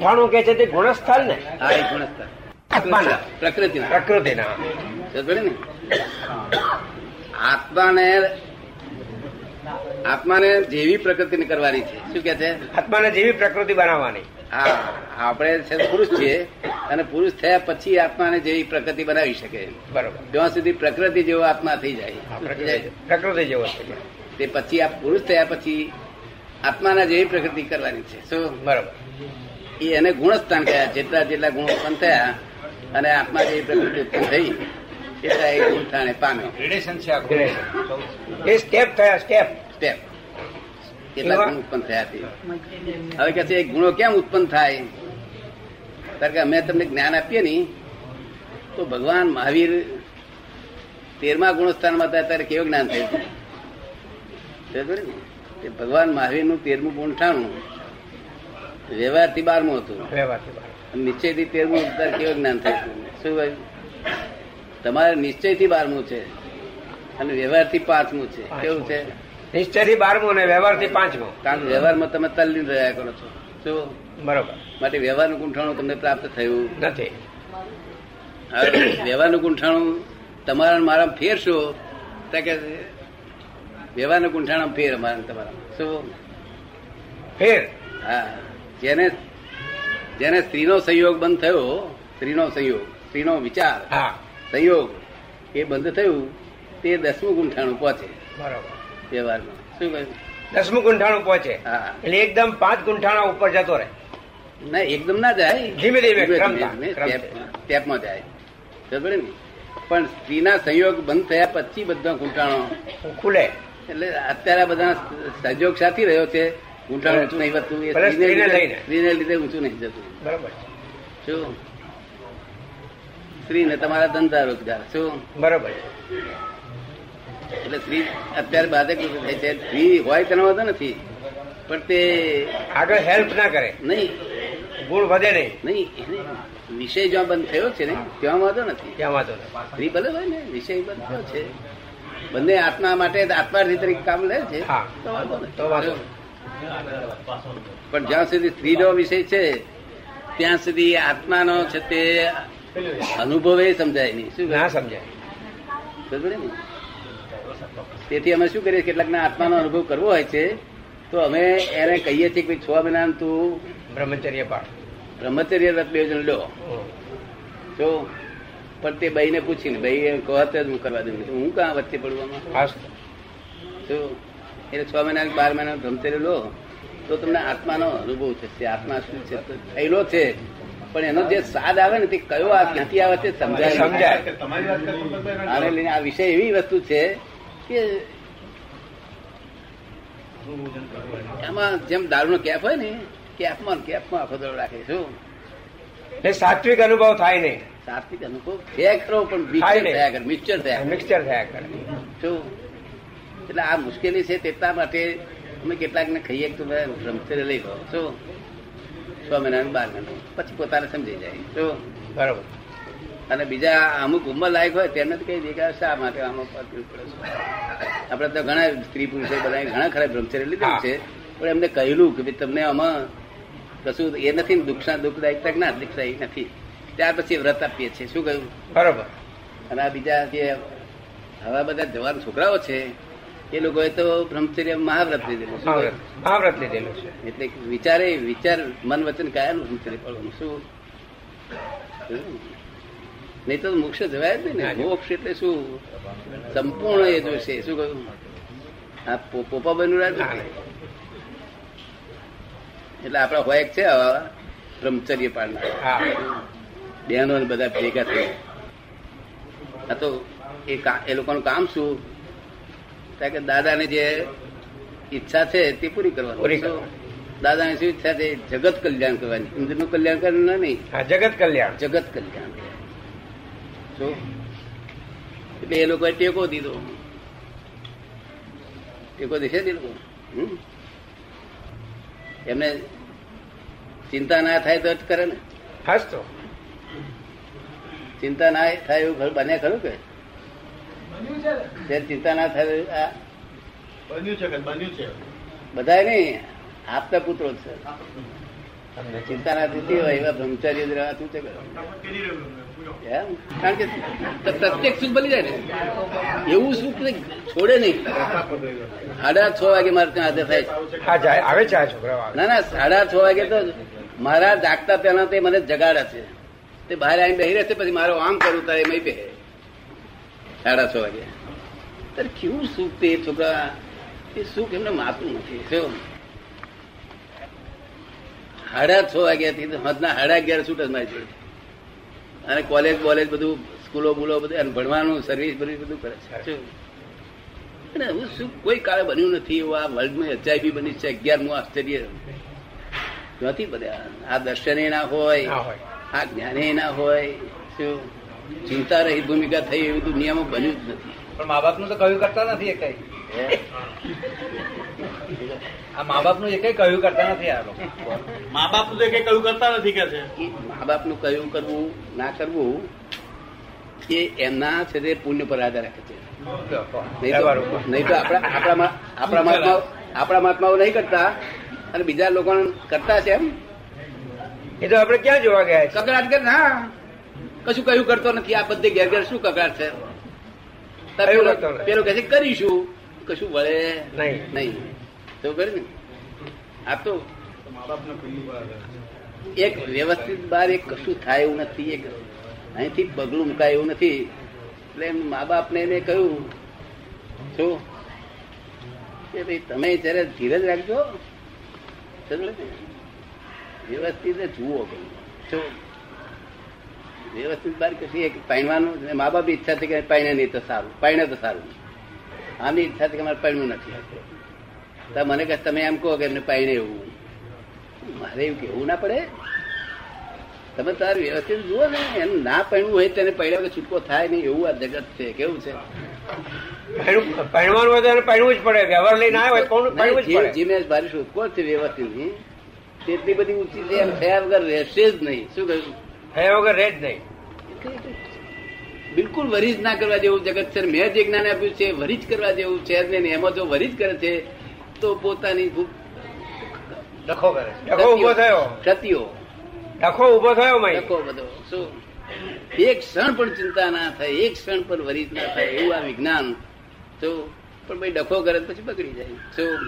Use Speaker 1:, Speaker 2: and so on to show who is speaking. Speaker 1: ભાણું કે છે તે ગુણસ્થળ ને
Speaker 2: હા એ ગુણસ્થળ
Speaker 1: આત્માના.
Speaker 2: પ્રકૃતિના
Speaker 1: પ્રકૃતિના
Speaker 2: સમજ્યો ને? આત્માને આત્માને જેવી પ્રકૃતિને કરવાની છે શું કે છે
Speaker 1: આત્માને જેવી પ્રકૃતિ બનાવવાની
Speaker 2: હા આપણે છે પુરુષ છીએ અને પુરુષ થયા પછી આત્માને જેવી પ્રકૃતિ બનાવી શકે
Speaker 1: બરોબર
Speaker 2: જ્યાં સુધી પ્રકૃતિ જેવો આત્મા થઈ
Speaker 1: હા,
Speaker 2: જાય
Speaker 1: પ્રકૃતિ જેવી. પ્રકૃતિ જેવો છે
Speaker 2: તે પછી આ પુરુષ થયા પછી આત્માના જેવી પ્રકૃતિ કરવાની છે શું
Speaker 1: બરોબર
Speaker 2: એ એને ગુણસ્થાન કહેવાય જેટલા જેટલા ગુણ ઉત્પન્ન થયા અને આત્મા જેવી પ્રકૃતિ ઉત્પન્ન થઈ એટલા એ ગુણ થાણે પામ્યો
Speaker 3: ગ્રેડેશન છે આખું
Speaker 1: Gradation. એ સ્ટેપ થયા સ્ટેપ
Speaker 2: સ્ટેપ કેટલા ગુણ ઉત્પન્ન થયા તે હવે કહે છે એ ગુણો કેમ ઉત્પન્ન થાય કારણ કે અમે તમને જ્ઞાન આપીએ ની તો ભગવાન મહાવીર તેરમા ગુણસ્થાનમાં હતા ત્યારે કેવું જ્ઞાન થયું હતું? ખબર ને? તે ભગવાન મહાવીરનું તેરમું ગુણ ઠાણું વ્યવહારથી બારમું હતું
Speaker 1: વ્યવહારથી બહાર.
Speaker 2: નિશ્ચયથી તેરમું અવતાર કેવું જ્ઞાન થયું શું ભાઈ તમારે નિશ્ચયથી બારમું છે અને વ્યવહારથી પાંચમું છે કેવું છે
Speaker 1: નિશ્ચયથી બારમું અને વ્યવહારથી પાંચમું
Speaker 2: કારણ કે વ્યવહારમાં તમે તલ્લીન રહ્યા કરો છો શું
Speaker 1: બરોબર
Speaker 2: માટે વ્યવહારનું ગુંઠાણું તમને પ્રાપ્ત થયું
Speaker 1: નથી
Speaker 2: હવે વ્યવહારનું ગુંઠાણું તમારા અને મારા ફેરશો તો કે વ્યવહારનું ગુંઠાણું ફેર અમારા અને તમારા શું
Speaker 1: ફેર
Speaker 2: હા જેને જેને સ્ત્રીનો સંયોગ બંધ થયો સ્ત્રીનો સંયોગ સ્ત્રીનો વિચાર
Speaker 1: હા
Speaker 2: સંયોગ એ બંધ થયું તે દસમું ગુંઠાણું પહોંચે
Speaker 1: બરોબર
Speaker 2: વ્યવહારમાં શું કહ્યું
Speaker 1: દસમું ગુંઠાણું પહોંચે
Speaker 2: હા
Speaker 1: એટલે એકદમ પાંચ ગુંઠાણા ઉપર જતો રહે
Speaker 2: ના એકદમ ના જાય
Speaker 1: ધીમે ધીમે, ક્રમતા,
Speaker 2: સ્ટેપ-
Speaker 1: ક્રમતા.
Speaker 2: સ્ટેપમાં જાય ખબર ને પણ સ્ત્રીના સંયોગ બંધ થયા પછી બધા ગુંઠાણો
Speaker 1: ખુલે
Speaker 2: એટલે અત્યારે આ બધા સહયોગ સાથી રહ્યો છે ગુંઠાણું ઊંચું નહીં વધતું એ
Speaker 1: ભલે
Speaker 2: સ્ત્રીને
Speaker 1: સ્ત્રીને
Speaker 2: લીધે-
Speaker 1: લઈને.
Speaker 2: સ્ત્રીને લીધે ઊંચું નહીં જતું
Speaker 1: બરોબર
Speaker 2: શું સ્ત્રીને તમારા ધંધા રોજગાર શું
Speaker 1: બરોબર
Speaker 2: એટલે સ્ત્રી અત્યારે બાધક રૂપે થાય છે સ્ત્રી હોય તેનો વાંધો નથી પણ તે
Speaker 1: આગળ હેલ્પ ના કરે
Speaker 2: નહીં
Speaker 1: ગુણ વધે નહીં
Speaker 2: નહીં એને વિષય જ્યાં બંધ થયો છે ને ત્યાં વાંધો નથી
Speaker 1: ત્યાં વાંધો નહીં.
Speaker 2: સ્ત્રી ભલે હોય ને વિષય બંધ થયો છે બંને આત્મા માટે આત્માર્થી તરીકે કામ લે છે
Speaker 1: હા.
Speaker 2: તો વાંધો નથી.
Speaker 1: તો વાંધો
Speaker 2: પણ જ્યાં સુધી સ્ત્રીનો વિષય છે ત્યાં સુધી આત્માનો છે તે અનુભવે સમજાય નહીં શું
Speaker 1: ના સમજાય
Speaker 2: સમજે ને તેથી અમે શું કરીએ કેટલાકના આત્માનો અનુભવ કરવો હોય છે તો અમે એને કહીએ છીએ કે છ મહિનાનું તું
Speaker 1: બ્રહ્મચર્ય પાળ
Speaker 2: બ્રહ્મચર્ય વ્રત બે લો
Speaker 1: હમ.
Speaker 2: જો પણ તે બહીને પૂછીને બહી એમ કહત જ હું કરવા દઉં નથી. હું કાં વચ્ચે પડવામાં
Speaker 1: ખાસ
Speaker 2: જો એટલે છ મહિના કે બાર મહિના બ્રહ્મચર્ય લો તો તમને આત્માનો અનુભવ થશે આત્મા શું છે તો થયેલો છે પણ એનો જે સ્વાદ આવે ને તે કયો આ ક્યાંથી આવે તે સમજાય નહીં.
Speaker 1: સમજાય.
Speaker 3: તમારી વાત કરતો પંકજભાઈ
Speaker 2: આને લઈને આ વિષય એવી વસ્તુ છે કે એમાં જેમ દારૂનો કેફ હોય ને કેફમાં ને કેફમાં આખો દારૂ રાખે શું
Speaker 1: એ સાત્વિક અનુભવ થાય નહીં
Speaker 2: સાત્વિક અનુભવ છે ખરો પણ મિક્સર
Speaker 1: થાય નહીં.
Speaker 2: થયા કરે મિક્સર થયા કરે.
Speaker 1: મિક્સચર થયા કરે
Speaker 2: શું એટલે આ મુશ્કેલી છે તેટલા માટે અમે કેટલાકને ખાઈએ કે તમે રમચરે લઈ લો શું છ મહિના બાર મહિના પછી પોતાને સમજી જાય શું
Speaker 1: બરોબર
Speaker 2: અને બીજા અમુક ઉંમર લાયક હોય તેમને તો કઈ દેખા શા માટે આમાં પડતું પડે છે? આપણે તો ઘણા સ્ત્રી પુરુષો બધા ઘણા ખરા બ્રહ્મચર્ય લીધું
Speaker 1: હા.
Speaker 2: છે પણ એમને કહેલું કે ભઈ તમને આમાં કશું એ નથી ને દુઃખના દુઃખદાયકતા કે ના દુઃખદાયી નથી ત્યાર પછી વ્રત આપીએ છીએ શું કહ્યું
Speaker 1: બરોબર
Speaker 2: અને આ બીજા જે હવે બધા જવાન છોકરાઓ છે એ લોકોએ તો બ્રહ્મચર્ય મહાવ્રત લીધેલું શું કહ્યું?
Speaker 1: મહાવ્રત મહાવ્રત લીધેલું છે
Speaker 2: એટલે વિચારે વિચાર મન વચન કાયાનું બ્રહ્મચર્ય પાળવાનું શું નહીં તો મોક્ષ જવાય જ નહીં
Speaker 1: ના,
Speaker 2: ને
Speaker 1: જો.
Speaker 2: મોક્ષ એટલે શું સંપૂર્ણ એ જોશે શું કહ્યું આ પો- પોપા બન્યું
Speaker 1: ના,
Speaker 2: રાખ્યું એટલે આપણા હોય છે આવા બ્રહ્મચર્ય પાળનાર
Speaker 1: હા
Speaker 2: બહેનો ને બધા ભેગા થઈ આ તો એ કા- એ લોકોનું કામ શું કારણ કે દાદાને જે ઈચ્છા છે તે પૂરી
Speaker 1: પૂરી
Speaker 2: કરવાની
Speaker 1: કરવાની.
Speaker 2: દાદાને શું ઈચ્છા છે જગત કલ્યાણ કરવાની ઇન્દ્રનું કલ્યાણ કરવાનું નહીં
Speaker 1: હા જગત કલ્યાણ
Speaker 2: જગત કલ્યાણ જો એટલે એ લોકોએ ટેકો દીધો ટેકો દેશે ને એ લોકો હમ? એમને ચિંતા ના થાય તો જ કરે ને
Speaker 1: હસ તો
Speaker 2: ચિંતા ના થાય એવું ઘર બને ખરું કે જ્યારે ચિંતા ના થાય એવું આ
Speaker 3: બન્યું છે કે બન્યું છે
Speaker 2: બધાય નહીં આપતા પુત્રો જ છે
Speaker 1: તમને ચિંતા
Speaker 2: ચિંતા ના થતી હોય એવા બ્રહ્મચારી જ રહેવા શું છે એમ? કારણ કે ત- પ્રત્યેક સુખ બની જાય ને એવું સુખ ને છોડે નહીં સાડા છ વાગે મારે ત્યાં હાજર થાય છે.
Speaker 1: હા જાય આવે છે આ છોકરાઓ આવે
Speaker 2: ના ના સાડા છ વાગે તો મારા જાગતા પહેલા તે મને જગાડે છે તે બહાર આવીને બેહી રહેશે પછી મારો આમ કરું તારે એમ બે સાડા છ વાગે તારે કેવું સુખ તે છોકરા એ સુખ એમને માતું નથી કેવું સાડા છ વાગ્યાથી તો સાંજના સાડા અગિયાર છૂટ જ મારી જોડે અને કોલેજ બોલેજ બધું સ્કૂલો બુલો બધું અને ભણવાનું સર્વિસ બર્વિસ બધું કરે છે કેવું? અને હું શું કોઈ કાળે બન્યું નથી એવું આ વર્લ્ડમાં એચઆઈવી બની છે અગિયારમું આશ્ચર્ય નથી બધા આ દર્શને ના
Speaker 1: ના
Speaker 2: હોય
Speaker 1: હોય
Speaker 2: આ જ્ઞાને ના હોય શું ચિંતા રહી ભૂમિકા થઈ એવી દુનિયામાં બન્યું જ નથી
Speaker 4: પણ મા બાપનું તો કહ્યું કરતા નથી એકઈ
Speaker 2: હે?
Speaker 4: આ મા બાપનું એકઈ કહ્યું કરતા નથી આ લોકો
Speaker 5: મા બાપ તો કઈ કયું કરતા નથી કે છે
Speaker 2: એ મા બાપનું કયું કરવું ના કરવું એ એમના છે તે પુણ્ય પર આધાર રાખે છે નહીં તો
Speaker 1: બરાબર.
Speaker 2: નહીં તો આપણા આપણા આપણા મહાત્માઓ આપણા મહાત્માઓ નહીં કરતા અને બીજા લોકો કરતા છે એમ
Speaker 1: એ તો આપણે ક્યાં જોવા ગયા છે
Speaker 2: કકડાટ કર ના કશું કયું કરતો નથી આ બધે ઘેર ઘેર શું કકડાટ છે તારે
Speaker 1: કયું
Speaker 2: પેલો-
Speaker 1: કરતો નથી?
Speaker 2: પેલો કહે છે કરીશું કશું વળે
Speaker 1: નહીં.
Speaker 2: નહીં તો કર્યું ને આ તો એક વ્યવસ્થિત બાર એક કશું થાય એવું નથી એક અહીંથી પગલું મુકાય એવું નથી એટલે એમ મા બાપને એને કહ્યું શું કે ભાઈ તમે જયારે ધીરજ રાખજો સમજો ને? વ્યવસ્થિત ને જુઓ કંઈ. જો વ્યવસ્થિત બાર કશી એક પાઇણવાનું મા બાપ ઈચ્છા છે કે પાઇણે નહીં તો સારું પાઇણે તો સારું આમની ઈચ્છા છે કે મારે પાઇણું નથી તો મને કહે તમે એમ કહો કે એમને પાઇણે એવું મારે એવું કેવું ના પડે તમે તાર વ્યવસ્થિત જુઓ ને એમ ના પાણવું હોય તેને પહેલા વગર છૂટકો થાય નહીં એવું આ જગત છે કેવું છે
Speaker 1: પહેણું- પહેણવાનું હોય તો એને પહેણવું જ પડે વ્યવહાર લઈને આવ્યો હોય તો કોણ
Speaker 2: નહીં,
Speaker 1: પહેણવું જ
Speaker 2: જે-
Speaker 1: પડે
Speaker 2: જે મેં ભારી શોધખોળ છે વ્યવસ્થિતની, તેટલી બધી ઊંચી છે એમ થયા વગર રહેશે જ નહીં શું કહ્યું
Speaker 1: થયા વગર રહે જ નહીં
Speaker 2: બિલકુલ વરિજ ના કરવા જેવું જગત છે મેં જે જ્ઞાન આપ્યું છે વરિજ કરવા જેવું છે જ નહીં. એમાં જો વરિજ કરે છે તો પોતાની ખૂબ
Speaker 4: ડખો કરે છે
Speaker 1: ડખો ઊભો થયો
Speaker 2: ક્ષતિઓ
Speaker 1: ડખો ઊભો થયો મય
Speaker 2: લખો બધો શું એક ક્ષણ પણ ચિંતા ના થાય એક ક્ષણ પણ વરિત ના થાય એવું આ વિજ્ઞાન તો પણ ભાઈ ડખો કરે તો પછી બગડી જાય શું